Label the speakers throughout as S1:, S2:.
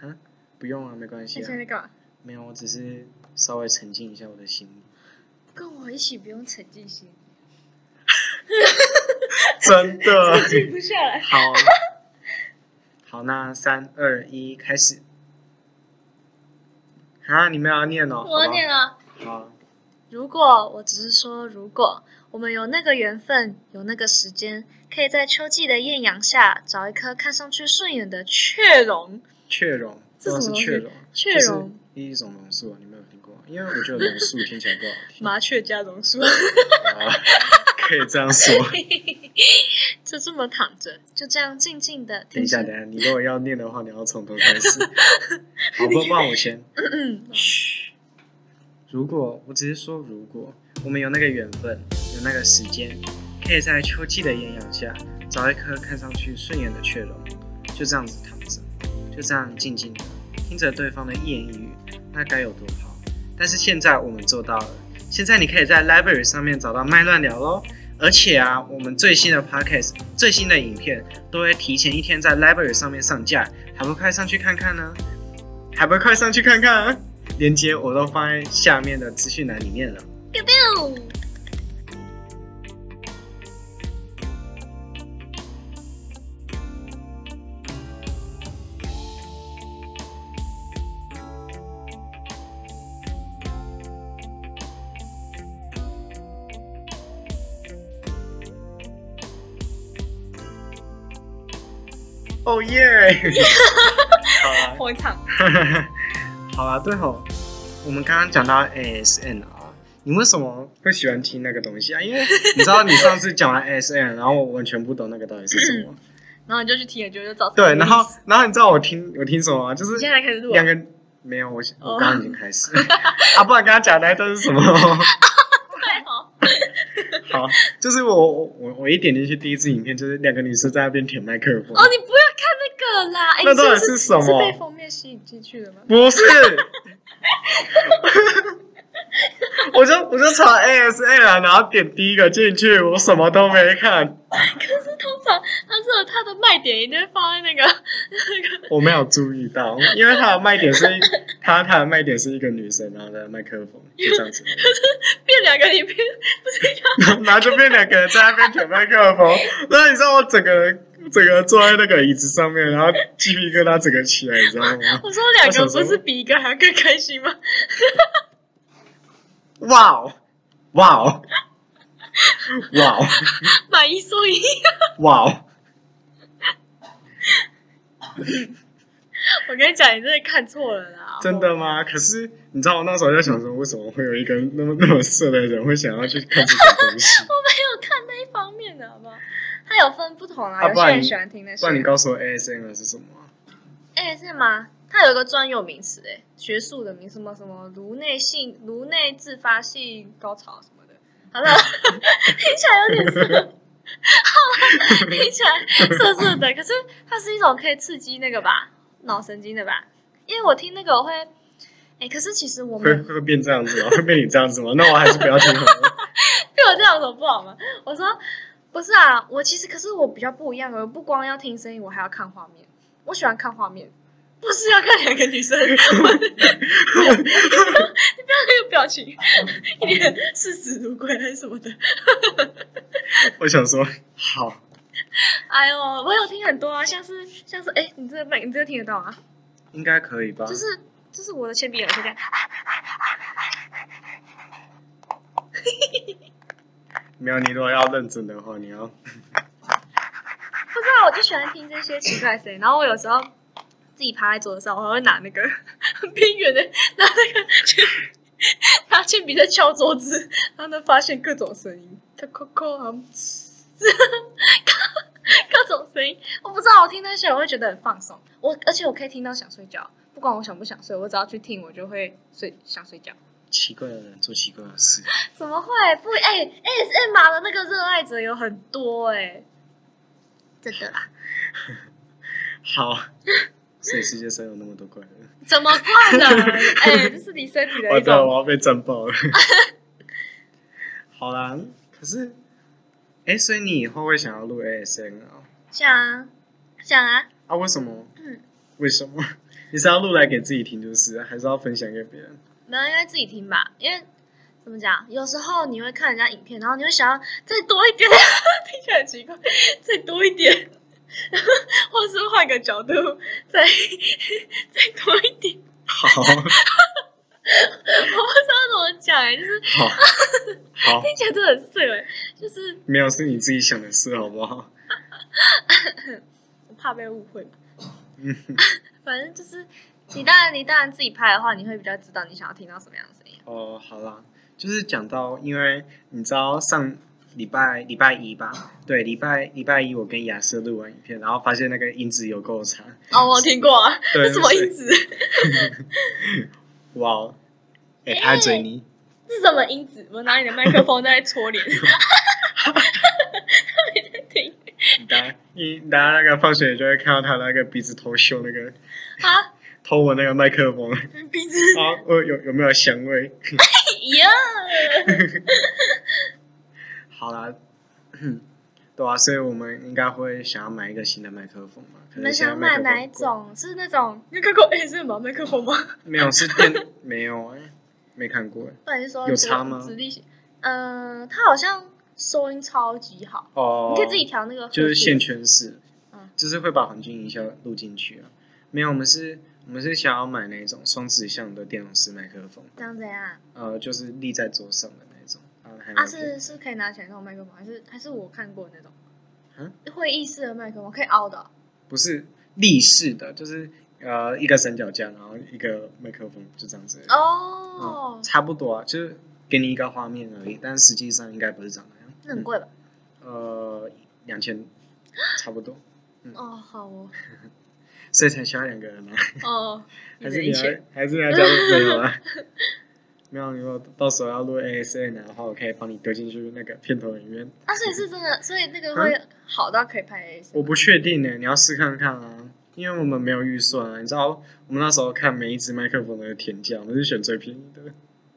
S1: 哈，不用啊，没关系
S2: 你
S1: 啊
S2: 现。在干嘛？
S1: 没有，我只是稍微沉浸一下我的心。
S2: 跟我一起不用沉浸心，
S1: 真
S2: 沉
S1: 的。
S2: 浸不啊下来。
S1: 好。好，那三二一，开始。啊，你们要念哦。
S2: 我念
S1: 了。
S2: 了。
S1: 好，
S2: 如果我只是说，如果我们有那个缘分，有那个时间，可以在秋季的艳阳下找一棵看上去顺眼的雀榕。
S1: 雀榕，
S2: 这
S1: 道
S2: 什
S1: 是
S2: 么
S1: 雀
S2: 东
S1: 榕。
S2: 雀
S1: 就是嗯
S2: 榕，
S1: 一种榕树，啊你没有听过？因为我觉得榕树听起来不好听。
S2: 麻雀加榕树，
S1: 啊， 可以这样 说。
S2: 就这么躺着，就这样静静的。
S1: 等一下，等一下，你如果要念的话，你要从头开 始。好，不不然我先。
S2: 嗯，
S1: 嘘，如果我只是说，如果我们有那个缘分，有那个时间，可以在秋季的艳阳下找一棵看上去顺眼的雀榕，就这样子躺着，就这样静静的听着对方的一言一语，那该有多好！但是现在我们做到了，现在你可以在 Library 上面找到麦乱聊喽。而且啊，我们最新的 podcast、最新的影片都会提前一天在 Library 上面上架，还不快上去看看呢？还不快上去看看、啊？链接我都放在下面的资讯栏里面了。
S2: 喵
S1: 哦耶！ 好啦
S2: 捧场。
S1: 好啦，对吼，我们刚刚讲到 ASN 啊，你为什么会喜欢听那个东西啊？因为你知道你上次讲完 ASN，然后我完全不懂那个到底是什么。
S2: 然后你就去体验，就就找
S1: 对，然后然后你知道我听我听什么吗？就是
S2: 你现在开始录啊
S1: 两，个没有，我我
S2: 哦
S1: 刚刚已经开始 啊，不然刚刚讲的那段是什么？ 好，
S2: 太好，
S1: 就是我我我我一点进去第一支影片，就是两个女生在那边舔麦克风。
S2: 哦，你不要看那个啦，哎，
S1: 那
S2: 你这
S1: 到底
S2: 个
S1: 是
S2: 是
S1: 什么
S2: 是被封面吸引进去的吗？
S1: 不是， 我就我就查 ASL，然啊后点第一个进去，我什么都没看，
S2: 通常它这它的卖点一定会放在那个那个，
S1: 我没有注意到，因为它的卖点是它它的卖点是一个女生，然后的麦克风就这样子，
S2: 变两个影片，不是一个
S1: 然后就变两个人在那边舔麦克风，然后你知道我整个人整个人坐在那个椅子上面，然后鸡皮疙瘩整个起来，你知道吗？
S2: 我说两
S1: 我想
S2: 个
S1: 说
S2: 不是比一个还要更开心吗？
S1: 哇哦哇哦哇哦！
S2: 买一送一，
S1: 哇哦
S2: 我跟你讲，你真的看错了啦！
S1: 真的吗？可是你知道，我那时候就想说，为什么会有一个那么那 么色的人会想要去看这种东 西？
S2: 我没有看那一方面的，好不好？它有分不同啊，
S1: 啊
S2: 有
S1: 不
S2: 些
S1: 然
S2: 人
S1: 你
S2: 喜欢听那些
S1: 不。然你告诉我 ASMR 是什么啊？
S2: 哎、是吗？它有一个专有名词，哎，学术的名什么什么颅内性、颅内自发性高潮什么的。好了，听起来有点色，好了，听起来涩涩的。可是它是一种可以刺激那个吧，脑神经的吧？因为我听那个我会，哎、可是其实我
S1: 会
S2: 们
S1: 会变这样子吗？会变你这样子吗？那我还是不要听好了。
S2: 对 我这样有什么不好吗？我说不是啊，我其实可是我比较不一样，我不光要听声音，我还要看画面。我喜欢看画面，不是要看两个女生。我你不要那个表 情，一脸视死如归还是什么的。
S1: 我想说，好，
S2: 哎呦，我有听很多啊，像是像是哎、你这个麦，你这个听得到吗？
S1: 应该可以吧？
S2: 就是就是我的铅笔有些这样。
S1: 没有，你如果要认真的话，你要
S2: 不知道，啊我就喜欢听这些奇怪的声音。然后我有时候自己趴在桌子上，我还会拿那个边缘的，拿那个铅拿铅笔在敲桌子，然后呢发现各种声音，咔咔咔， 好像嘶各各种声音。我不知道，我听那些我会觉得很放松。我而且我可以听到想睡觉，不管我想不想睡，我只要去听，我就会睡想睡觉。
S1: 奇怪的人做奇怪的事。
S2: 怎么会不？哎、s m r 的那个热爱者有很多哎、真的啦。
S1: 好，所以世界上有那么多怪 人，
S2: 怎么快呢？哎、这是你身体的
S1: 我
S2: 一
S1: 知道
S2: 种。
S1: 我要被震爆了。 好啦，可是，哎、所以你以后会想要录 ASMR？
S2: 想啊，想啊，
S1: 啊，为什么？
S2: 嗯，
S1: 为什么？ 你是要录来给自己听，就是还是要分享给别 人？
S2: 没有，应该自己听吧，因为怎么讲，有时候你会看人家影片，然后你会想要再多一点， 听起来很奇怪，再多一点， 或是换个角度，再 再多一点，
S1: 好，
S2: 我不知道怎么讲哎、就是
S1: 好，好，
S2: 听起来真的很色哎、就是
S1: 没有是你自己想的事，好不好？
S2: 我怕被误会嘛，
S1: 嗯，
S2: 反正就是你当然你当然自己拍的话，你会比较知道你想要听到什么样的声音。
S1: 哦，好啦，就是讲到，因为你知道上礼拜礼拜一 吧，对，礼拜礼拜一我跟亚瑟录完影片，然后发现那个音质有够差，
S2: 哦，我听过、啊，
S1: 对，
S2: 这什么音质？
S1: 质？哇哦，哎、他在嘴你，
S2: 这是什么音质？我拿你的麦克风在戳脸。 没在听
S1: 你大家你大家那个放学就会看到他那个鼻子偷嗅那个
S2: 啊，
S1: 偷我那个麦克 风，
S2: 鼻子
S1: 啊，我有有没有香味？
S2: 呀！
S1: 好啦，对啊，所以我们应该会想要买一个新的麦克风嘛？可
S2: 你
S1: 能
S2: 们
S1: 现在
S2: 想
S1: 麦
S2: 买
S1: 克风
S2: 哪一
S1: 贵？
S2: 种？是那种你有看过 A 是吗？麦克 风吗？
S1: 没有，是电没有哎、没看过哎、
S2: 不然就说
S1: 有差吗
S2: 直立型，嗯、它好像收音超级好，
S1: 哦，
S2: 你可以自己调那个和
S1: 就是
S2: 谐
S1: 线圈式，
S2: 嗯
S1: 就是会把环境音效录进去啊。没有，我们是，我们是想要买那种双指向的电容式麦克风，
S2: 这样怎样？
S1: 呃，就是立在桌上的那种。啊，还
S2: 啊，
S1: 蛮便宜
S2: 是是可以拿起来那种麦克风，还是还是我看过那种？
S1: 嗯
S2: 会议室的麦克风可以凹的哦、
S1: 不是立式的，就是呃一个三脚架，然后一个麦克风，就这样子。
S2: 哦
S1: 嗯，差不多啊，就是给你一个画面而已，但实际上应该不是长那样。
S2: 那很贵吧？
S1: 嗯呃，两千，差不多，
S2: 哦，好哦，
S1: 所以才需要两个人来，
S2: 哦，一
S1: 还是
S2: 人
S1: 你
S2: 一
S1: 要
S2: 千，
S1: 还是你要加入朋友啊？ 没有，如果到时候要录 ASN 的话，我可以帮你丢进去那个片头里面。
S2: 啊，所以是真的，所以那个会好到可以拍 A
S1: 啊我不确定呢、你要试看看啊，因为我们没有预算啊。你知道我们那时候看每一只麦克风的天价，我们是选最便宜的，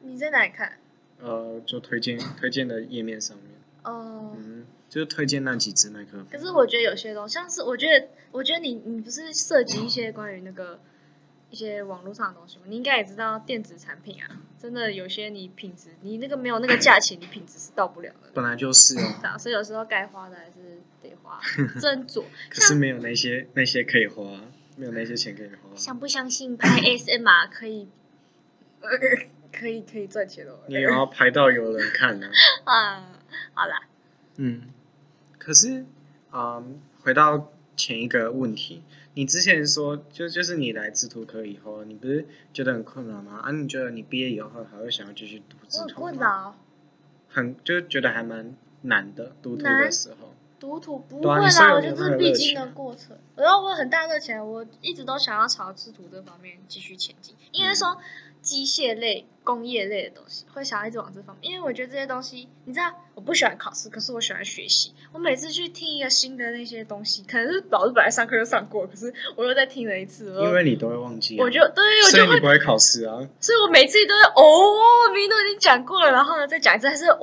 S2: 你在哪里看？
S1: 呃，就推荐推荐的页面上面，
S2: 哦，
S1: 嗯，就是推荐那几只麦克风。
S2: 可是我觉得有些东西，像是我觉得，我觉得你你不是涉及一些关于那个一些网络上的东西吗？你应该也知道电子产品啊，真的有些你品质，你那个没有那个价钱，你品质是到不了的。
S1: 本来就是啊，
S2: 对啊所以有时候该花的还是得 花，斟酌。
S1: 可是没有那些那些可以花，啊没有那些钱可以花。啊
S2: 相不相信拍 ASMR 可以，呃可以可以赚钱哦？
S1: 你也要拍到有人看啊。
S2: 啊，好啦，
S1: 嗯，可是，嗯，回到前一个问题，你之前说就就是你来制图科以后，啊你不是觉得很困扰吗？啊，你觉得你毕业以后还会想要继续读
S2: 我
S1: 制
S2: 很
S1: 图
S2: 困
S1: 吗？
S2: 扰。
S1: 很就觉得还蛮难的，读图的
S2: 难
S1: 时候。
S2: 读图不
S1: 对啊
S2: 会
S1: 你虽
S2: 啦，
S1: 然有
S2: 我觉得
S1: 那个
S2: 这是必
S1: 热
S2: 经
S1: 情
S2: 的过程。然后我有很大热情，我一直都想要朝制图这方面继续前进。应
S1: 嗯
S2: 该说，机械类、工业类的东西会想要一直往这方面，因为我觉得这些东西，你知道，我不喜欢考试，可是我喜欢学习。我每次去听一个新的那些东西，可能是老师本来上课就上过，可是我又再听了一次，我又
S1: 因为你都会忘记、啊，
S2: 我就对，我
S1: 所以
S2: 就
S1: 你
S2: 会，
S1: 不会考试啊，
S2: 所以我每次都会哦，明明都已经讲过了，然后呢再讲一次，还是哦，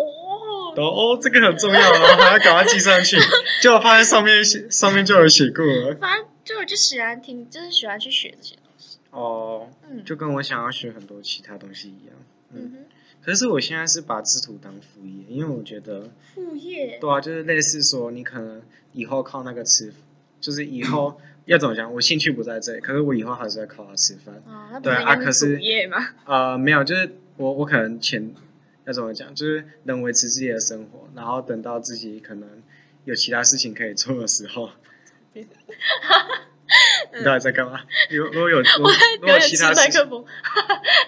S1: 都哦， 这个很重要，然后还要赶快记上去，结果发现上面写上面就有写过了。
S2: 反正就我就喜欢听，就是喜欢去学这些东西。
S1: 哦，
S2: 嗯，
S1: 就跟我想要学很多其他东西一样。
S2: 嗯
S1: 嗯，
S2: 哼。
S1: 可是我现在是把制图当副业，因为我觉得，
S2: 副业，
S1: 对啊，就是类似说你可能以后靠那个吃，就是以后 要怎么讲，我兴趣不在这里，可是我以后还是要靠它吃饭。
S2: 啊，那不
S1: 对
S2: 是
S1: 啊
S2: 应该
S1: 可是
S2: 主业吗？
S1: 呃，没有，就是我我可能钱要怎么讲，就是能维持自己的生活，然后等到自己可能有其他事情可以做的时 候。你到底在干嘛？如如果有如果如果
S2: 表
S1: 有
S2: 演
S1: 其
S2: 吃
S1: 他
S2: 麦
S1: 事情
S2: 克，风，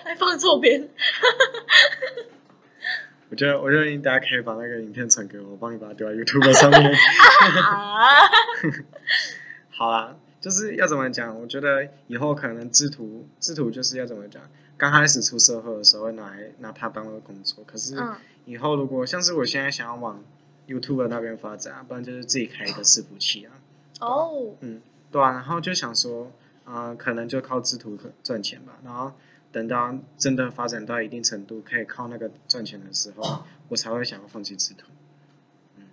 S2: 还放 错边。
S1: 我觉得我觉得你大家可以把那个影片传给我，我帮你把它丢在 YouTube 上面。
S2: 啊，
S1: 好啦，就是要怎么讲？我觉得以后可能制图制图就是要怎么讲？刚开始出社会的时候会拿来拿它当做工作，可是
S2: 嗯，
S1: 以后如果像是我现在想要往 YouTube 那边发展，啊不然就是自己开一个伺服器啊，
S2: 哦，
S1: 对啊，然后就想说，呃，可能就靠制图可赚钱吧，然后等到真的发展到一定程度，可以靠那个赚钱的时候，我才会想要放弃制图。嗯，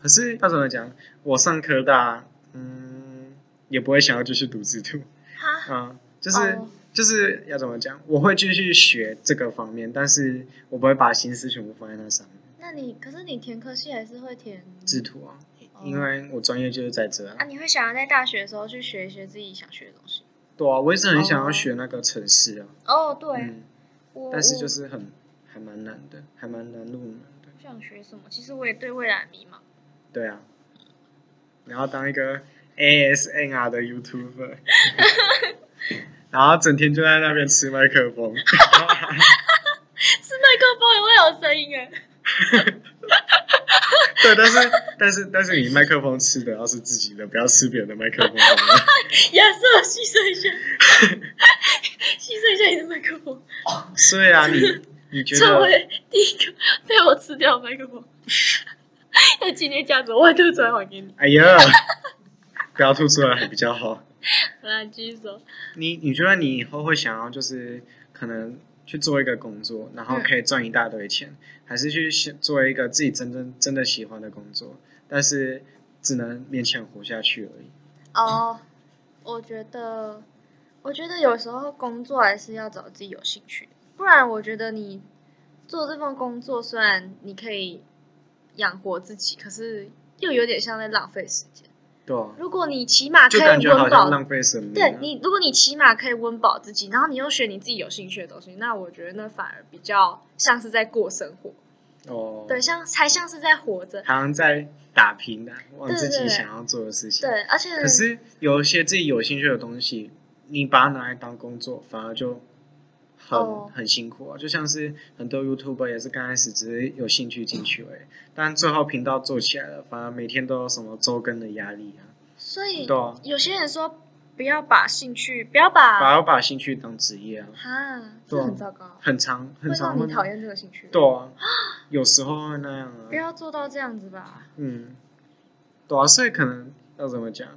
S1: 可是要怎么讲？我上科大，嗯，也不会想要继续读制图，
S2: 哈，
S1: 嗯，就是、
S2: 哦
S1: 就是要怎么讲，我会继续学这个方面，但是我不会把心思全部放在那上面。
S2: 那你可是你填科系还是会填
S1: 制图啊，
S2: 哦
S1: 因为我专业就是在这啊
S2: 啊？。你会想要在大学的时候去学一学自己想学的东西？
S1: 对啊，我一直很想要
S2: 哦
S1: 学那个城市啊，
S2: 哦，对，
S1: 嗯，
S2: 我
S1: 但是就
S2: 我
S1: 是很还蛮难的，还蛮难入门的。
S2: 想学什么？其实我也对未来 迷茫。
S1: 对啊，然后当一个 ASMR 的 YouTuber，然后整天就在那边吃麦克风，
S2: 是麦克风也会有声 音哎。
S1: 对，但是但是但是你麦克风吃的要是自己的，不要吃别人的麦克风。好 吗
S2: 也是我牺 牲一下， 牺牲一下你的麦克风，
S1: 是啊，你你觉
S2: 成
S1: 得
S2: 为第一个被我吃掉的麦克风。 那今天这样子，我会吐出来还给你。
S1: 哎呀，不要吐出来还比较好。
S2: 好啦，你继续说。
S1: 你你觉得你以后会想要就是可能去做一个工作，然
S2: 嗯
S1: 后可以赚一大堆钱，还是去想做一个自己真正真的喜欢的工作，但是只能勉强活下去而已？
S2: 哦、我觉得，我觉得有时候工作还是要找自己有兴趣的，不然我觉得你做这份工作，虽然你可以养活自己，可是又有点像在浪费时间。
S1: 对啊，
S2: 如果你起码可
S1: 就
S2: 以
S1: 感觉好
S2: 温饱
S1: 像浪费生命、
S2: 对
S1: 啊。
S2: 你，如果你起码可以温饱自己，然后你又学你自己有兴趣的东西，那我觉得那反而比较像是在过生活，
S1: 哦，
S2: 对，像才像是在活着，
S1: 好像在打拼啊，往
S2: 对
S1: 自己
S2: 对
S1: 想要做的事情。
S2: 对，而且
S1: 可是有一些自己有兴趣的东西，你把它拿来当工作，反而就很、
S2: 哦
S1: 很辛苦啊。就像是很多 YouTuber 也是刚开始只是有兴趣进去而已，但最后频道做起来了，反而每天都有什么周更的压力啊。
S2: 所以
S1: 对啊，
S2: 有些人说不要把兴趣，不要
S1: 反
S2: 把
S1: 而把兴趣当职业啊，
S2: 哈，
S1: 对
S2: 这
S1: 啊
S2: 很糟糕，
S1: 很长很
S2: 会
S1: 长
S2: 让
S1: 会
S2: 你讨厌这个兴趣。
S1: 对啊，有时候会那样啊。
S2: 不要做到这样子吧。
S1: 嗯，对啊，所以可能要怎么讲，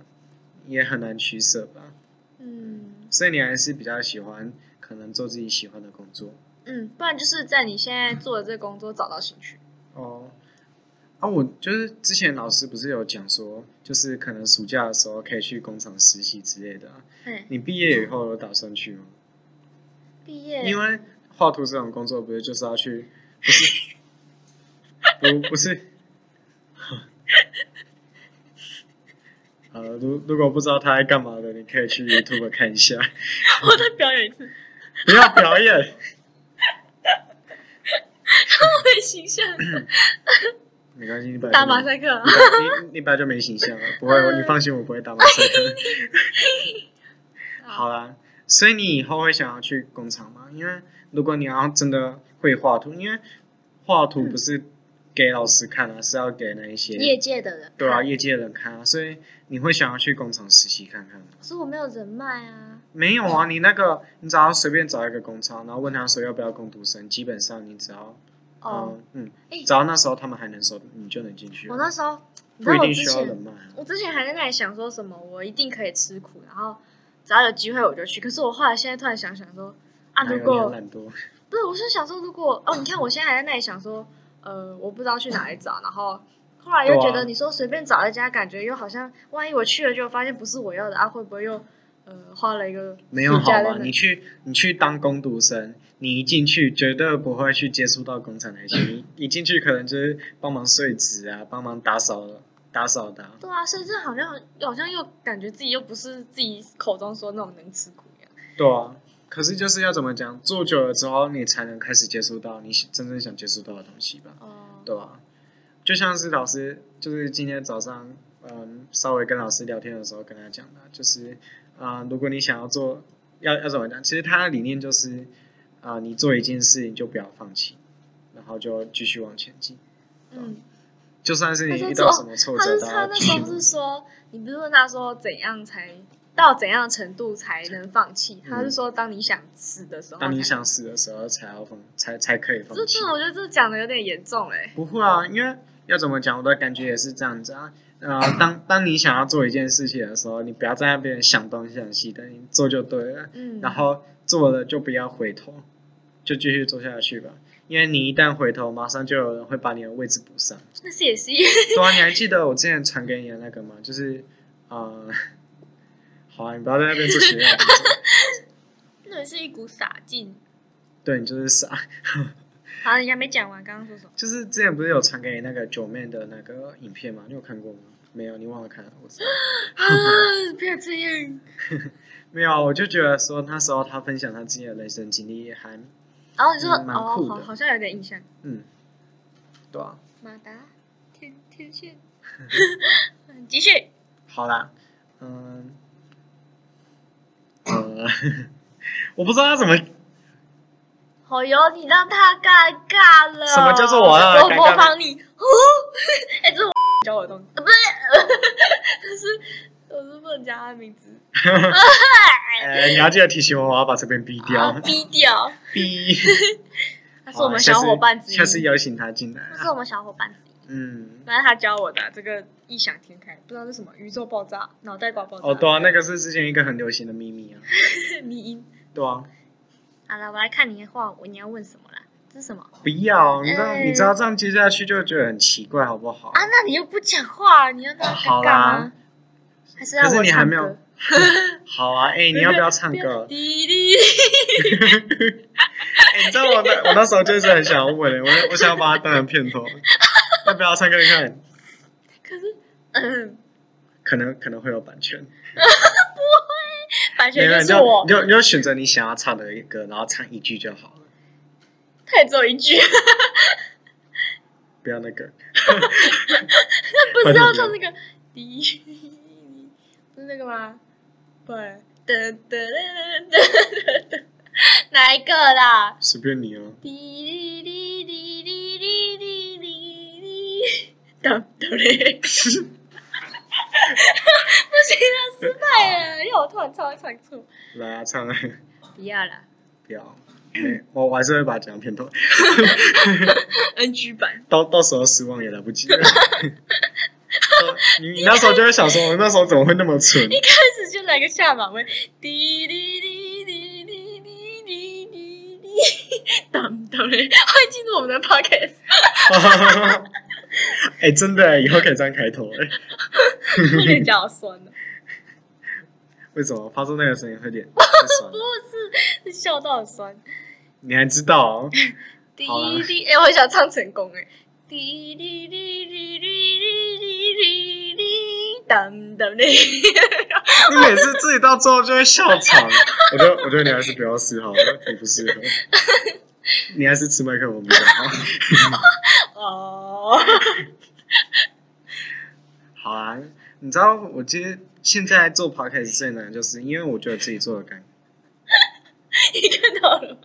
S1: 也很难取舍吧。
S2: 嗯
S1: 所以你还是比较喜欢可能做自己喜欢的工作
S2: 嗯，不然就是在你现在做的这个工作找到兴趣。
S1: 哦。啊，我就是之前老师不是有讲说，就是可能暑假的时候可以去工厂实习之类的啊、
S2: 嘿，
S1: 你毕业以后有打算去吗？
S2: 毕业
S1: 因为画图这种工作不是就是要去，不是，不不是。呃，如如果不知道他在干嘛的，你可以去 YouTube 看一下。
S2: 我再表演一次，
S1: 不要表演，
S2: 对 形象
S1: 没关系，你本来
S2: 打
S1: 就
S2: 马赛克啊。
S1: 你你本来就没形象了，不会，你放心，我不会打马赛克。好啦，所以你以后会想要去工厂吗？因为如果你要真的会画图，因为画图不是给老师看啊，是要给那一
S2: 业
S1: 些
S2: 界的人，
S1: 对啊，业界的人看啊，所以你会想要去工厂实习看看吗？
S2: 可是我没有人脉啊。
S1: 没有啊，你那个你只要随便找一个工厂，然后问他说要不要工读生，基本上你只要
S2: 哦，
S1: 嗯
S2: 哎
S1: 嗯，只要那时候他们还能收，你就能进去
S2: 我
S1: 了，
S2: 那时候，你
S1: 嗯
S2: 知
S1: 不
S2: 道
S1: 一
S2: 我
S1: 定
S2: 之
S1: 需要人
S2: 前，
S1: 脉啊。
S2: 我之前还在那里想说什么，我一定可以吃苦，然后只要有机会我就去。可是我后来现在突然想想说，啊，
S1: 哪有
S2: 如
S1: 你很
S2: 果
S1: 懒惰，
S2: 不是，我是想说，如果哦，你看我现在还在那里想说，呃，我不知道去哪里找，然后。后来又
S1: 对啊
S2: 觉得你说随便找一家，感觉又好像万一我去了，就发现不是我要的啊，会不会又呃花了一个
S1: 没有
S2: 暑
S1: 好
S2: 假在
S1: 吧？
S2: 那
S1: 你去你去当工读生，你一进去绝对不会去接触到工厂那些， 你一进去可能就是帮忙碎纸啊，帮忙打扫打扫的啊、
S2: 对啊，甚至好像好像又感觉自己又不是自己口中说那种能吃苦一样。
S1: 对啊。可是就是要怎么讲，做久了之后，你才能开始接触到你真正想接触到的东西吧，
S2: 哦、
S1: 对吧、就像是老师，就是今天早上，嗯，稍微跟老师聊天的时候跟他讲的，就是啊、如果你想要做，要要怎么讲？其实他的理念就是，啊、你做一件事情就不要放弃，然后就继续往前进，
S2: 嗯，
S1: 就算是你
S2: 他是
S1: 遇到
S2: 做
S1: 什么挫
S2: 他
S1: 折，
S2: 是
S1: 都
S2: 他
S1: 要
S2: 那
S1: 继
S2: 时
S1: 续
S2: 候
S1: 努
S2: 是
S1: 力。
S2: 说，你不是问他说怎样才到怎样程度才能放弃？他是说，当你想死的时候
S1: 嗯
S2: 才，
S1: 当你想死的时候，才要放，才才可以放
S2: 这
S1: 弃
S2: 这，。我觉得这讲的啊有点严重欸嘞、
S1: 不会啊，因为要怎么讲，我的感觉也是这样子啊。呃，当当你想要做一件事情的时候，你不要在那边想东想西的，你做就对了。
S2: 嗯，
S1: 然后做了就不要回头，就继续做下去吧。因为你一旦回头，马上就有人会把你的位置补上。
S2: 那是也是 一，
S1: 对啊，你还记得我之前传给你的那 啊个吗？就是，呃，好啊，你不要在那边做实验。
S2: 真是一股傻劲。
S1: 对你就是傻。
S2: 好了，你还没讲完，刚刚说什么？
S1: 就是之前不是有传给你那个九妹的那个影片吗？你有看过吗？没有，你忘了看了，我知道。
S2: 啊，不要这样。
S1: 没有，我就觉得说那时候他分享他自己的人生经历还
S2: 然后你说，
S1: 嗯蛮
S2: 哦，
S1: 酷
S2: 好，
S1: 的
S2: 好像有点印象。
S1: 嗯，对啊，
S2: 马达，天 天线。嗯继续。
S1: 好啦，嗯，呃， 我不知道要怎么，
S2: 好哟，你让他尴尬了。
S1: 什么叫做我让他
S2: 我
S1: 尴尬
S2: 模仿你。哦， 哎，这是我教我的东西，呃 不是，呃这是我是不能讲他的名字。
S1: 呃，你要记得提醒我，我要把这边逼
S2: 啊
S1: 掉，
S2: 低
S1: 哦
S2: 调。
S1: 逼。
S2: 他是我们小伙伴之一。
S1: 下次邀请他进来啊
S2: 他。是我们小伙伴之一。
S1: 嗯，
S2: 反正他教我的这个异想天开，不知道是什么宇宙爆炸、脑袋瓜爆炸、
S1: 哦，对啊，那个是之前一个很流行的秘密啊，
S2: 迷音。
S1: 对啊，
S2: 好了，我来看你的话，我你要问什么啦？这是什么
S1: 不要，你知道，
S2: 哎
S1: 你知道这样接下去就觉得很奇怪，好不好？
S2: 啊？那你又不讲话，你要让他尴尬
S1: 好
S2: 吗
S1: 啦？
S2: 还是要
S1: 可是
S2: 我
S1: 你还
S2: 唱
S1: 没有
S2: 歌？，
S1: 好啊，哎，你要不要唱歌？
S2: 滴滴，
S1: 哎，你知道我那我那时候就是很想要问，欸我我想要把它当成片头，要不要唱歌看？
S2: 可是，嗯，
S1: 可能可能会有版权，
S2: 版
S1: 没
S2: 权
S1: 有，
S2: 就
S1: 你
S2: 是
S1: 就
S2: 我
S1: 你，就你就选择你想要唱的一个，然后唱一句就好了，
S2: 他也只有一 句，
S1: 不要那个，
S2: 不知道唱那个滴， 不是那个吗？对，噔噔噔噔噔噔，哪一个啦？
S1: 随便你哦。
S2: 滴滴滴滴滴滴滴滴滴，哒哒 嘞！不行了，啊失败了，要我突然唱唱错。
S1: 来啊，唱啊，
S2: 不要 啦
S1: 不要，没我我还是会把它讲成片头。
S2: ，NG 版。
S1: 到到时候失望也来不及了。 你你那时候就会想说，我那时候怎么会那么蠢？
S2: 开始就来个下马威，滴滴滴滴滴滴滴滴滴，哒哒 嘞！欢迎进入我们的 podcast。
S1: 哎、真的，以后可以这样开 头。哎，
S2: 我觉得脚好酸的，
S1: 为什么发出那个声音会点 会酸？
S2: 不是笑到很酸。
S1: 你还知道哦、
S2: 滴
S1: 好啦
S2: 滴，哎、我很想唱成功哎、滴滴滴滴滴滴滴滴滴， 当当的。
S1: 你每次自己到最后就会笑场。我觉得，我觉得你还是不要试好了，你不适合。你还是吃麦克风比较好。
S2: 哦，
S1: 好啊，你知道，我其实现在做 podcast 最难，就是因为我觉得自己做的尴尬。
S2: 你看到了吗？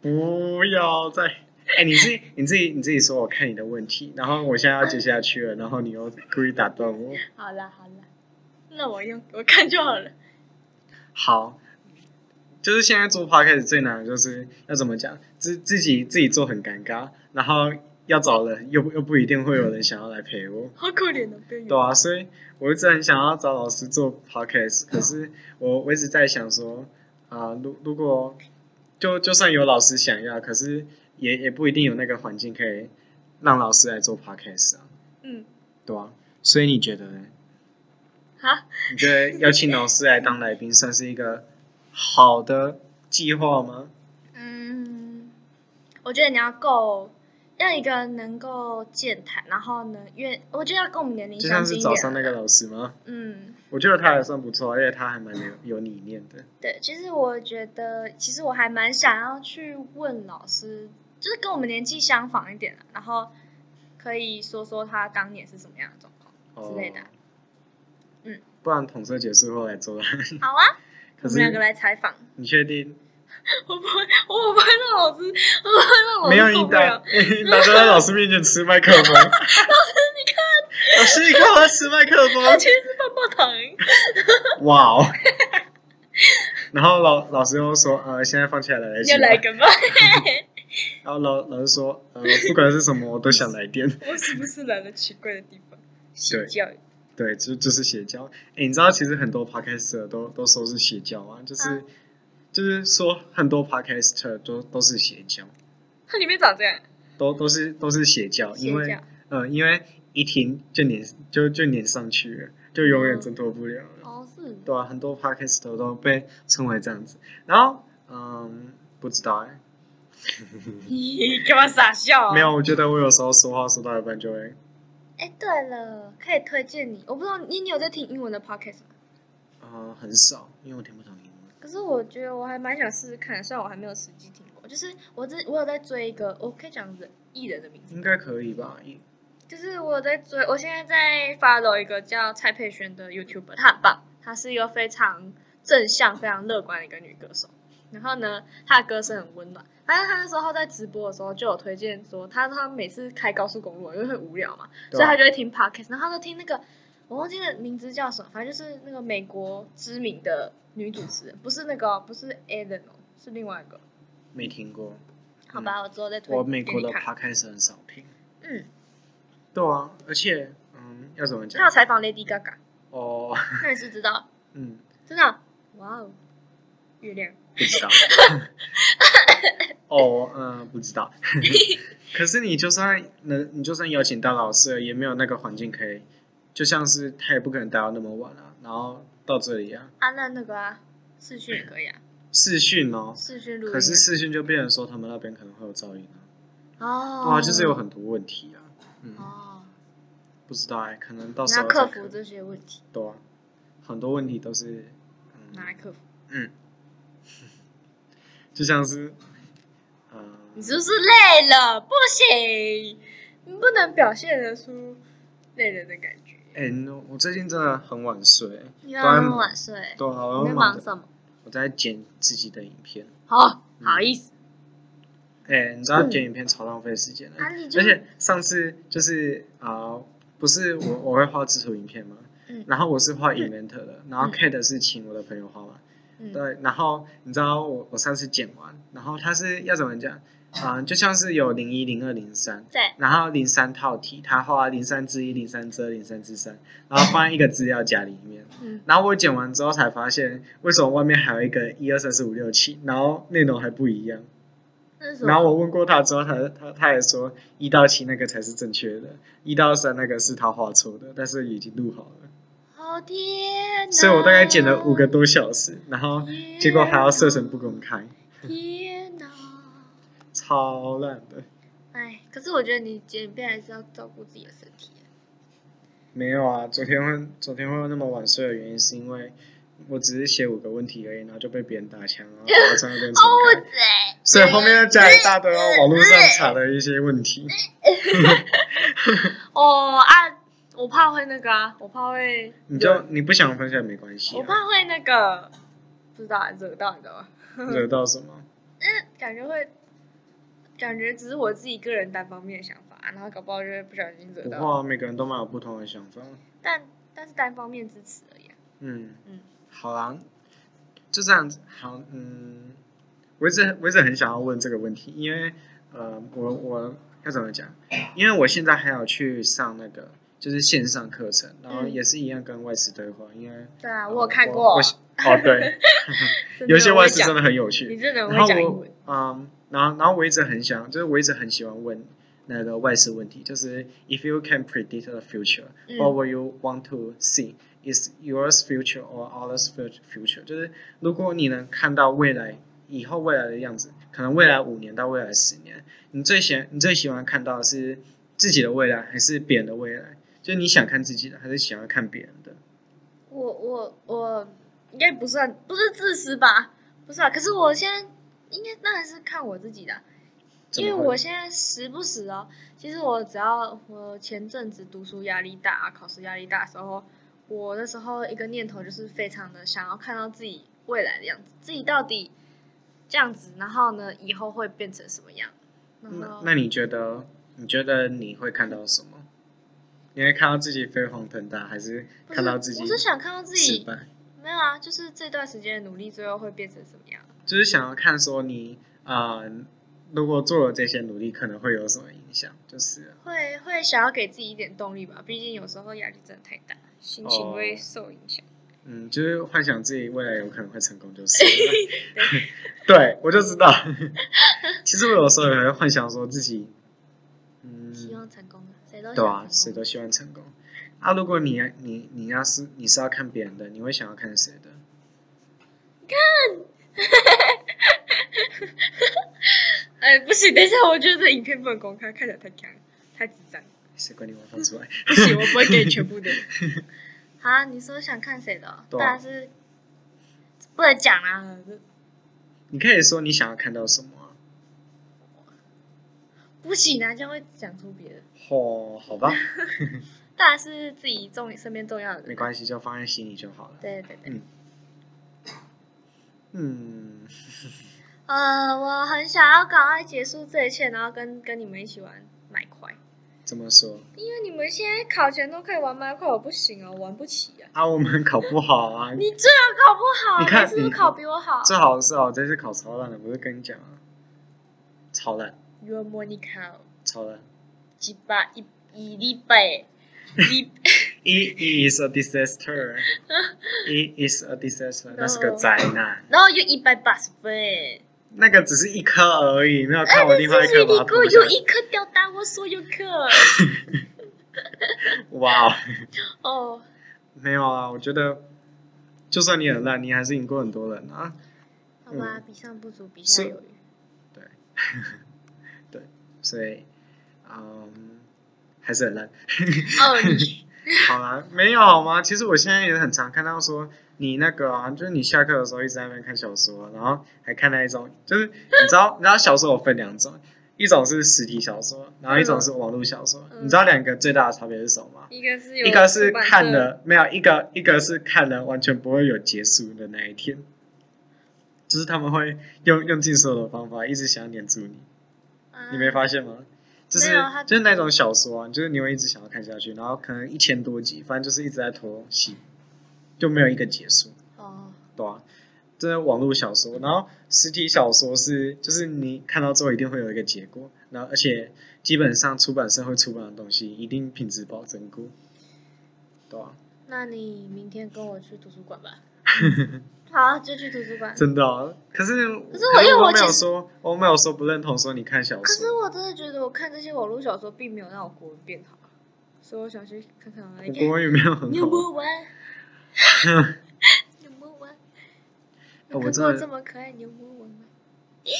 S1: 不要再。哎、你自己你自己你自己说，我看你的问题，然后我现在要接下去了，然后你又故意打断我。
S2: 好啦好啦，那我用我看就好了。
S1: 好，就是现在做 podcast 最难的就是要怎么讲，自自己自己做很尴尬，然后要找人又又不一定会有人想要来陪我，
S2: 好可怜的边
S1: 对
S2: 缘。
S1: 啊，所以我一直很想要找老师做 podcast，可是我我一直在想说，啊、如如果就就算有老师想要，可是也也不一定有那个环境可以让老师来做 podcast 啊，
S2: 嗯，
S1: 对啊，所以你觉得呢？
S2: 好，
S1: 你觉得邀请老师来当来宾算是一个好的计划吗？
S2: 嗯，我觉得你要够。要一个能够健谈，然后呢，因为我觉得要跟我们年龄
S1: 就
S2: 相
S1: 像
S2: 近
S1: 是
S2: 一
S1: 早上
S2: 点。
S1: 那个老师吗？
S2: 嗯，
S1: 我觉得他还算不错，而且他还蛮有有理念的。
S2: 对，其实我觉得，其实我还蛮想要去问老师，就是跟我们年纪相仿一点的，然后可以说说他当年是什么样的状况。
S1: 哦
S2: 之类的嗯，
S1: 不然统测结束后来做啊。
S2: 好 啊，我
S1: 可
S2: 们两个
S1: 是
S2: 来采访。
S1: 你确定？
S2: 我不会，我不会让老师，哦我不会让老师
S1: 没有
S2: 受
S1: 你
S2: 不
S1: 打
S2: 了。
S1: 你打在老师面前吃麦克风。老 师，你看，老师，你看我要吃麦克
S2: 他其
S1: 风，
S2: 实是棒棒糖，
S1: 哇哦！然后老老师又说，呃，现在放起来来
S2: 你
S1: 起
S2: 就来一
S1: 来。
S2: 个吧。
S1: 然后老老师说，呃，不管是什么，我都想来电。
S2: 我是不是来了奇怪的地方？邪教，
S1: 对，就就是邪教。哎，你知道其实很多 podcaster 都都说是邪教啊，就是、
S2: 啊
S1: 就是说很多 podcaster 都都是邪教，
S2: 它里面长这样，
S1: 都都是都是邪教，哦
S2: 邪
S1: 因为
S2: 教。
S1: 嗯，因为一听就粘就就粘上去了，就永远挣脱不了了。
S2: 哦，哦，是
S1: 对啊，很多 podcast 都被称为这样子。然后，嗯，不知道哎、
S2: 你干嘛傻笑、啊
S1: 没。有，我觉得我有时候说话说到一半就会，
S2: 哎、对了，可以推荐你，我不知道你你有在听英文的 podcast 吗？
S1: 呃，很少，因为我听不懂英文。
S2: 可是我觉得我还蛮想试试看，虽然我还没有实际听过。就是我这我有在追一个，我可以讲人艺人的名字吗，
S1: 应该可以吧？一
S2: 就是我有在追，我现在在 follow 一个叫蔡佩轩的 YouTuber，她很棒，她是一个非常正向、非常乐观的一个女歌手。然后呢，她的歌声很温暖。反正她那时候在直播的时候就有推荐说，她她每次开高速公路因为很无聊嘛，
S1: 对
S2: 所以
S1: 吧
S2: 她就会听 podcast，然后她就听那个我忘记了名字叫什么，反正就是那个美国知名的女主持人，不是那个哦、不是 Ellen 哦，是另外一个。
S1: 没听过。
S2: 好吧，我之后再推
S1: 我美
S2: 给
S1: 国
S2: 你
S1: 的
S2: 看
S1: podcast 很少听。
S2: 嗯，
S1: 对啊，而且，嗯，要怎么
S2: 她有
S1: 讲？
S2: 采访 Lady Gaga，
S1: 哦，
S2: 那你是知道。
S1: 嗯，
S2: 真的？哇哦，月亮。
S1: 不 知道。哦，嗯，不知道。 可是你就算能，你就算邀请到老师了，也没有那个环境可以，就像是他也不可能待到那么晚啊，然后到这里啊，
S2: 啊，那那个啊，视讯也可以啊，
S1: 视讯哦。
S2: 视讯录音啊。
S1: 可是视讯就变成说他们那边可能会有噪音啊，
S2: 哦，
S1: 对啊，就是有很多问题啊，嗯，
S2: 哦，
S1: 不知道哎、可能到
S2: 你
S1: 时
S2: 要
S1: 候
S2: 克
S1: 再
S2: 服
S1: 看
S2: 这些问题，
S1: 对啊，很多问题都是，
S2: 拿来
S1: 嗯，
S2: 克服。
S1: 嗯 就像是，呃，
S2: 你是不是累了？不行，你不能表现得出累了的感觉。
S1: 哎、那我最近真的很晚睡，
S2: 你
S1: 对
S2: 要那
S1: 啊，
S2: 么晚睡，
S1: 对啊，
S2: 你
S1: 我
S2: 在
S1: 要
S2: 忙
S1: 忙着，
S2: 什么？
S1: 我在剪自己的影片。
S2: 好，好意思。
S1: 哎、你知道剪影片超浪费时间的，
S2: 啊你
S1: 而
S2: 就
S1: 且上次就是啊、不是 我我会画制图影片吗？
S2: 嗯
S1: 然后我是画 Inventor 的，然后 Kate 是请我的朋友画嘛。
S2: 嗯，
S1: 对，然后你知道我我上次剪完，然后它是要怎么讲？啊、就像是有零一、零二、零三，
S2: 在
S1: 然后零三套题，它画零三之一、零三之二、零三之三，然后放在一个资料夹里面。
S2: 嗯，
S1: 然后我剪完之后才发现，为什么外面还有一个一二三四五六七，然后内容还不一样。
S2: 那是什
S1: 然
S2: 么？
S1: 后我问过他之后，他他他也说一到七那个才是正确的，一到三那个是他画错的，但是已经录好了。
S2: 好哦天哪！
S1: 所以我大概剪了五个多小时，然后
S2: 天哪，
S1: 结果还要设成不公开，
S2: 天哪！
S1: 超烂的。
S2: 哎，可是我觉得你剪片还是要照顾自己的身体。啊
S1: 没有啊，昨天会昨天会那么晚睡的原因是因为我只是写五个问题而已，然后就被别人打枪，然后 打在那边重开。
S2: 哦对，
S1: 所以后面又加一大堆网络上查的一些问题。
S2: 哦啊，我怕会那个啊，我怕会，
S1: 你就你不想分享也没关系、
S2: 我
S1: 啊，
S2: 怕会那个，不知道惹到你知道吗？
S1: 惹到什么？
S2: 嗯，感觉会，感觉只是我自己个人单方面的想法，然后搞不好就会不小心惹
S1: 不
S2: 到，
S1: 过每个人都蛮有不同的想法。
S2: 但但是单方面支持而已啊、
S1: 嗯
S2: 嗯，
S1: 好啦，就这样子。好，嗯，我一直我一直很想要问这个问题，因为呃，我我要怎么讲？因为我现在还有去上那个就是线上课程，然后
S2: 嗯
S1: 也是一样跟外师对话，因为
S2: 对啊，
S1: 呃
S2: 我有看过
S1: 我，哦，对，
S2: 真的
S1: 有一些
S2: 我会
S1: 外师
S2: 讲
S1: 真的很有趣。
S2: 你 真的很
S1: 然后
S2: 会讲英
S1: 我
S2: 文，
S1: 嗯，然后然后我一直很想，就是我一直很喜欢问那个外事问题，就是 If you can predict the future,
S2: 嗯
S1: what will you want to see? Is yours future or others fut- future？就是如果你能看到未来，以后未来的样子，可能未来五年到未来十年，你最喜你最喜欢看到的是自己的未来还是别人的未来？就是你想看自己的，还是喜欢看别人的？
S2: 我我我应该不算，不是自私吧？不是啊，可是我现在应该当然是看我自己的啊、
S1: 怎
S2: 因
S1: 么
S2: 为
S1: 会
S2: 我现在时不时哦，其实我只要我前阵子读书压力大、考试压力大的时候，我那时候一个念头就是非常的想要看到自己未来的样子，自己到底这样子，然后呢，以后会变成什么样？然
S1: 那
S2: 后
S1: 那你觉得？你觉得你会看到什么？你会看到自己飞黄腾达，还是
S2: 不
S1: 看
S2: 是，
S1: 到自己
S2: 我是想看到自
S1: 失
S2: 己
S1: 败？
S2: 没有啊，就是这段时间的努力最后会变成什么样？
S1: 就是想要看说你啊、呃如果做了这些努力，可能会有什么影响？就是了
S2: 会会想要给自己一点动力吧，毕竟有时候压力真的太大，心情会
S1: 哦
S2: 受影响。
S1: 嗯，就是幻想自己未来有可能会成功， 就是了。 对，我就知道。其实我有时候也会幻想说自己，嗯，
S2: 希望成功啊，谁都想
S1: 对啊，
S2: 成
S1: 谁
S2: 功
S1: 都希望成功。啊，如果你你你要是你是要看别人的，你会想要看谁的？
S2: 哎，不行，等一下，我觉得这影片不能公开，看起来太强，太智障。
S1: 谁管你我放出来？
S2: 不行，我不会给你全 部的。啊，你说想看谁的哦？
S1: 对啊
S2: 当然是不能讲啊。
S1: 你可以说你想要看到什么啊？
S2: 不行啊，这样会讲出别的。
S1: 哦，好吧，
S2: 当然是自己重身边重要的人。
S1: 没关系，就放在心里就好了。
S2: 对对对。
S1: 嗯，
S2: 呃，我很想要赶快结束这一切，然后跟跟你们一起玩麦块，
S1: 怎么说
S2: 因为你们现在考前都可以玩麦块，我不行啊，我玩不起啊。
S1: 啊？我们考不好啊，
S2: 你最好考不好，
S1: 你看
S2: 是不是
S1: 你
S2: 考比我好？
S1: 最好是哦，我这次考超烂的，不是跟你讲啊，超烂，
S2: 幽默你考
S1: 超烂。
S2: 几百一一礼拜，礼
S1: It is a disaster. It is a disaster. 那是个灾难。
S2: 然后就一百八十分。
S1: 那个只是一科而已，没有看我另外一
S2: 谢谢
S1: 科
S2: 你
S1: 把它
S2: 给我
S1: 涂
S2: 用
S1: 上。
S2: 一颗吊打我所有课。
S1: 哇哦，
S2: 哦，
S1: 没有啊，我觉得就算你很烂，你还是赢过很多人啊。
S2: 好吧，
S1: 嗯
S2: 比上不足，比下
S1: 是
S2: 有余。
S1: 所以，嗯，还是很烂。
S2: 哦， 你
S1: 好啦，没有好吗？其实我现在也很常看到说你那个啊，就是你下课的时候一直在那边看小说，然后还看那一种，就是你知道，你知道小说有分两种，一种是实体小说，然后一种是网络小说。
S2: 嗯
S1: 你知道两个最大的差别是什么吗？
S2: 一个是有
S1: 一个是
S2: 出版社
S1: 看，了没有，一个一个是看了完全不会有结束的那一天，就是他们会用用尽所有的方法一直想要黏住你。你没
S2: 啊
S1: 发现吗？就是
S2: 没有它
S1: 就是那种小说啊，就是你会一直想要看下去，然后可能一千多集，反正就是一直在拖戏，就没有一个结束，
S2: 哦，
S1: 对吧、这是网络小说，然后实体小说是就是你看到之后一定会有一个结果，然后而且基本上出版社会出版的东西一定品质保证过，对啊吧、
S2: 那你明天跟我去图书馆 吧。好，就去图书馆。
S1: 真的啊、可是
S2: 可是我因为我
S1: 没有
S2: 其实
S1: 说我没有说不认同说你看小
S2: 可是
S1: 说，
S2: 我真的觉得我看这些网络小说并没有让我国文变好，所以我想去看看
S1: 我国文也没有很
S2: 你有没
S1: 好。
S2: 有玩？ 你有没有玩？有
S1: 我
S2: 看
S1: 真
S2: 过
S1: 的
S2: 这么可爱牛魔王 吗？咦，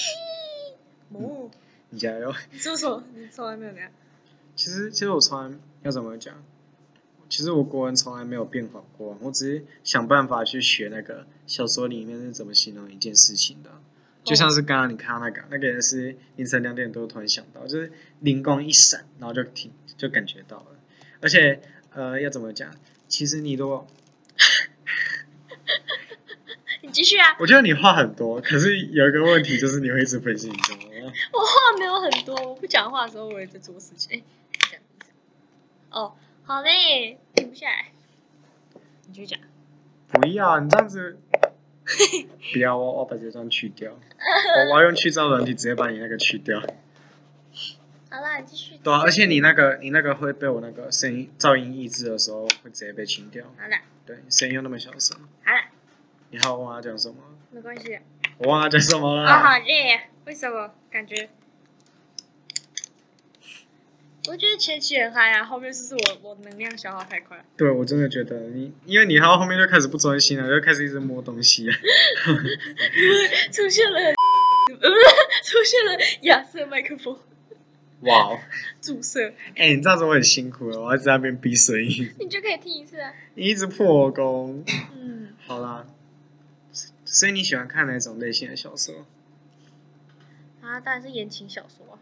S2: 魔，
S1: 你加油。
S2: 你说什么？你从来没有那样。
S1: 其实，其实我从来要怎么讲？其实我国文从来没有变好过，我只是想办法去学那个小说里面是怎么形容一件事情的。
S2: 哦
S1: 就像是刚刚你看到那个，那个也是凌晨两点多突然想到，就是灵光一闪，然后就听就感觉到了。而且呃，要怎么讲？其实你如果，
S2: 你继续 啊，
S1: 我觉得你话很多，可是有一个问题就是你会一直分析，你知道吗？
S2: 我话哦没有很多，我不讲话的时候我也在做事情。哎、这样子哦，好嘞，停不下来，你继续讲。
S1: 不要，你这样子，不要，哦我我把这段去掉，我我要用去噪软体直接把你那个去掉。
S2: 好啦，你继续。
S1: 对啊，而且你那个你那个会被我那个声音噪音抑制的时候，会直接被清掉。
S2: 好啦，
S1: 对，声音又那么小声，
S2: 好啦，
S1: 你还有忘了讲什么？
S2: 没关系。
S1: 我忘了讲什么了。
S2: 啊、好累啊！为什么？感觉？我觉得前期很嗨啊，后面是不是我我能量消耗太快了？
S1: 对，我真的觉得你，因为你到后面就开始不专心了，就开始一直摸东西啊。
S2: 出现了， 呃，出现了亚瑟麦克风
S1: 哇哦，
S2: 注射，
S1: 哎、你这样子我很辛苦了，我要一直在那边逼声音，
S2: 你就可以听一次啊。
S1: 你一直破功。
S2: 嗯，
S1: 好啦，所以你喜欢看哪种类型的小说？
S2: 啊，当然是言情小说啊。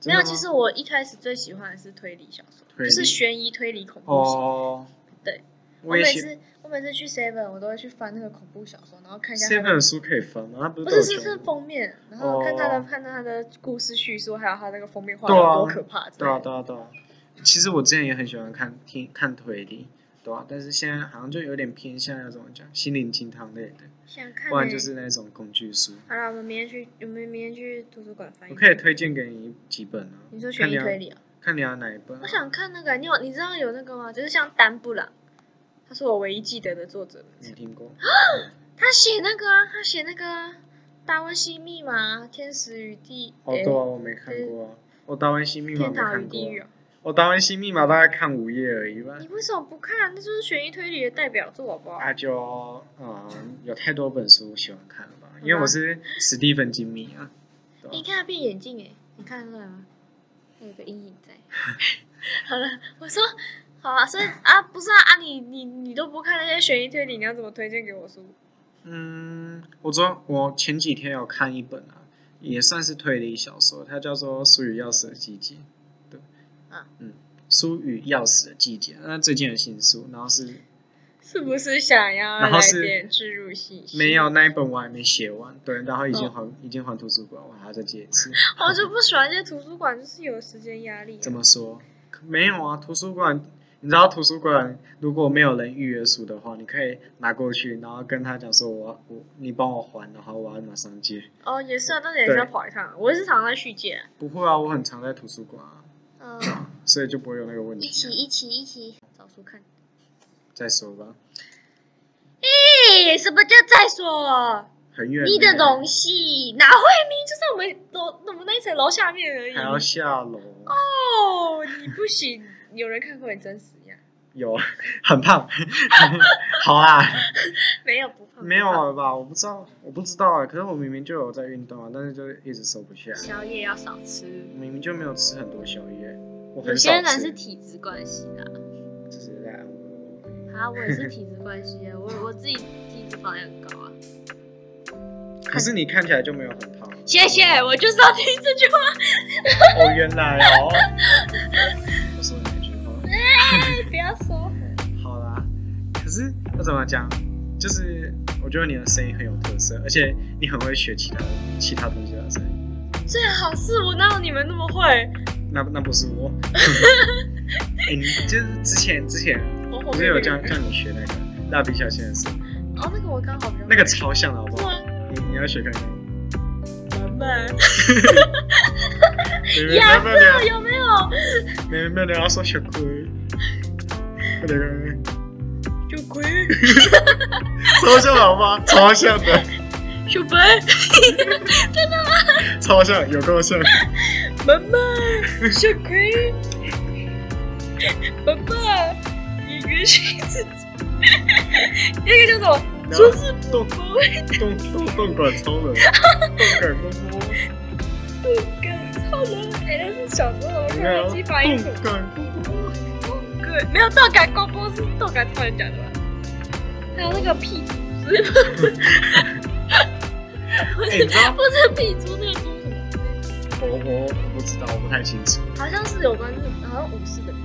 S1: 真
S2: 没
S1: 的
S2: 有，
S1: 吗
S2: 其实我一开始最喜欢的是推理小说，
S1: 推
S2: 就
S1: 理
S2: 是悬疑推理恐怖型。
S1: 哦，
S2: 对，我
S1: 我
S2: 每
S1: 也喜。
S2: 次我每次去 Seven，我都会去翻那个恐怖小说，然后看一下它
S1: seven
S2: 的。
S1: 的书可以翻吗？它不是
S2: 不
S1: 都有
S2: 是是
S1: 全
S2: 是
S1: 部
S2: 封面，然后看他的、
S1: 哦
S2: 看到他的故事叙述，还有他那个封面画的
S1: 对啊
S2: 多可怕之
S1: 对啊，
S2: 类的。
S1: 对啊，对啊。其实我之前也很喜欢看听看推理，对啊，但是现在好像就有点偏向要怎么讲，心灵鸡汤类的，
S2: 想看、欸。
S1: 不然就是那种工具书。
S2: 好了，我们明天去，我们明天去图书馆翻译。
S1: 我可以推荐给你几本啊，
S2: 你说
S1: 看
S2: 悬
S1: 你
S2: 疑
S1: 要
S2: 推理啊？
S1: 看你要哪一本、啊。
S2: 我想看那个，你有你知道有那个吗？就是像丹布朗，他是我唯一记得的作者。
S1: 没听 过，
S2: 他写那个啊，他写那个啊《达文西密码》《天使与地》
S1: 好
S2: 诶
S1: 多啊，我没看过啊。我《达文西密码》
S2: 天
S1: 没
S2: 堂
S1: 看
S2: 与地狱
S1: 过啊，》
S2: 哦
S1: 我达文西密码大概看五页而已吧。
S2: 你为什么不看？那就是悬疑推理的代表作，好不好？
S1: 啊，就嗯，有太多本书喜欢看了吧？因为我是史蒂芬金迷啊。对吧
S2: 你看他变眼镜哎、你看得出来吗？他有个阴影在。 好了，我说好啊，所以啊，不是啊，啊你你你都不看那些悬疑推理，你要怎么推荐给我书？
S1: 嗯，我昨我前几天有看一本啊，也算是推理小说，它叫做《苏与钥匙的季节》。对，
S2: 啊
S1: 嗯，《苏与钥匙的季节》那最近的新书，然后是
S2: 是不是想要
S1: 然后
S2: 来
S1: 是
S2: 点植入哦信息？
S1: 没有，那一本我还没写完，对，然后已经
S2: 哦
S1: 还、已经还图书馆，我还要再借一次。
S2: 我就不喜欢这些图书馆，就是有时间压力、啊。
S1: 怎么说？没有啊，图书馆，你知道图书馆如果没有人预约书的话，你可以拿过去，然后跟他讲说我要我你帮我还，然后我要马上借。
S2: 哦，也是啊，但是也是要
S1: 对
S2: 跑一趟。我也是常在续借、
S1: 不会啊，我很常在图书馆啊，
S2: 嗯，
S1: 所以就不会有那个问
S2: 一
S1: 题
S2: 起
S1: 啊。
S2: 一起一起找书看。
S1: 再说吧，
S2: 哎，什么叫再说？
S1: 很远呢，
S2: 你的东西哪会明？就是我们楼我们那一层楼下面而已。
S1: 还要下楼，
S2: 哦，你不行，有人看过你真实样？
S1: 有 很胖，好啊，
S2: 没有不胖，
S1: 没有啊了吧？我不知道，我不知道啊。可是我明明就有在运动啊，但是就是一直瘦不下来。
S2: 宵夜要少吃。
S1: 我明明就没有吃很多宵夜，我
S2: 有
S1: 很少
S2: 些
S1: 吃。
S2: 人是体质关系的
S1: 只是在安慰我
S2: 啊，我也是体质关系啊，我我自己体脂肪也很高啊。
S1: 可是你看起来就没有很胖。
S2: 谢谢，我就是要听这句话。
S1: 哦，原来哦。我说哪句话？
S2: 不要说。
S1: 好啦，可是要怎么讲？就是我觉得你的声音很有特色，而且你很会学其他其他东西的声音。
S2: 最好是我哪有你们那么会？
S1: 那那不是我。哎、你就是之前之前
S2: 我后
S1: 不
S2: 面
S1: 是有
S2: 那
S1: 叫叫
S2: 个
S1: 你学那个蜡笔小新的声音，
S2: 哦，那个我刚好比较
S1: 那个超像的好不
S2: 是
S1: 好？
S2: 吗？
S1: 你你要学看看。
S2: 我们
S1: 没没
S2: 亚
S1: 没
S2: 瑟 有没有？
S1: 没没没没有要说小葵，快点快点快点。
S2: 小葵，
S1: 超像好吗？超像的，
S2: 小白，
S1: 超像，有够 像。
S2: 妈妈，小葵，爸爸，你允许 自己。那个叫什么？
S1: 就
S2: 就是是
S1: 动
S2: 不
S1: 动动动感超人，动感功 夫，
S2: 敢超人，哎、那是小时候我
S1: 有
S2: 看
S1: 没有？
S2: 的激
S1: 动
S2: 发英雄。
S1: 感功夫，
S2: 对，没有动感光波是动感超人讲的吧？还有那个屁猪是，不
S1: 哎
S2: 是
S1: 你知道
S2: 不是屁猪那个猪什么？
S1: 我我我不知道，我不太清楚。
S2: 好像是有关日，好像武士的屁。哦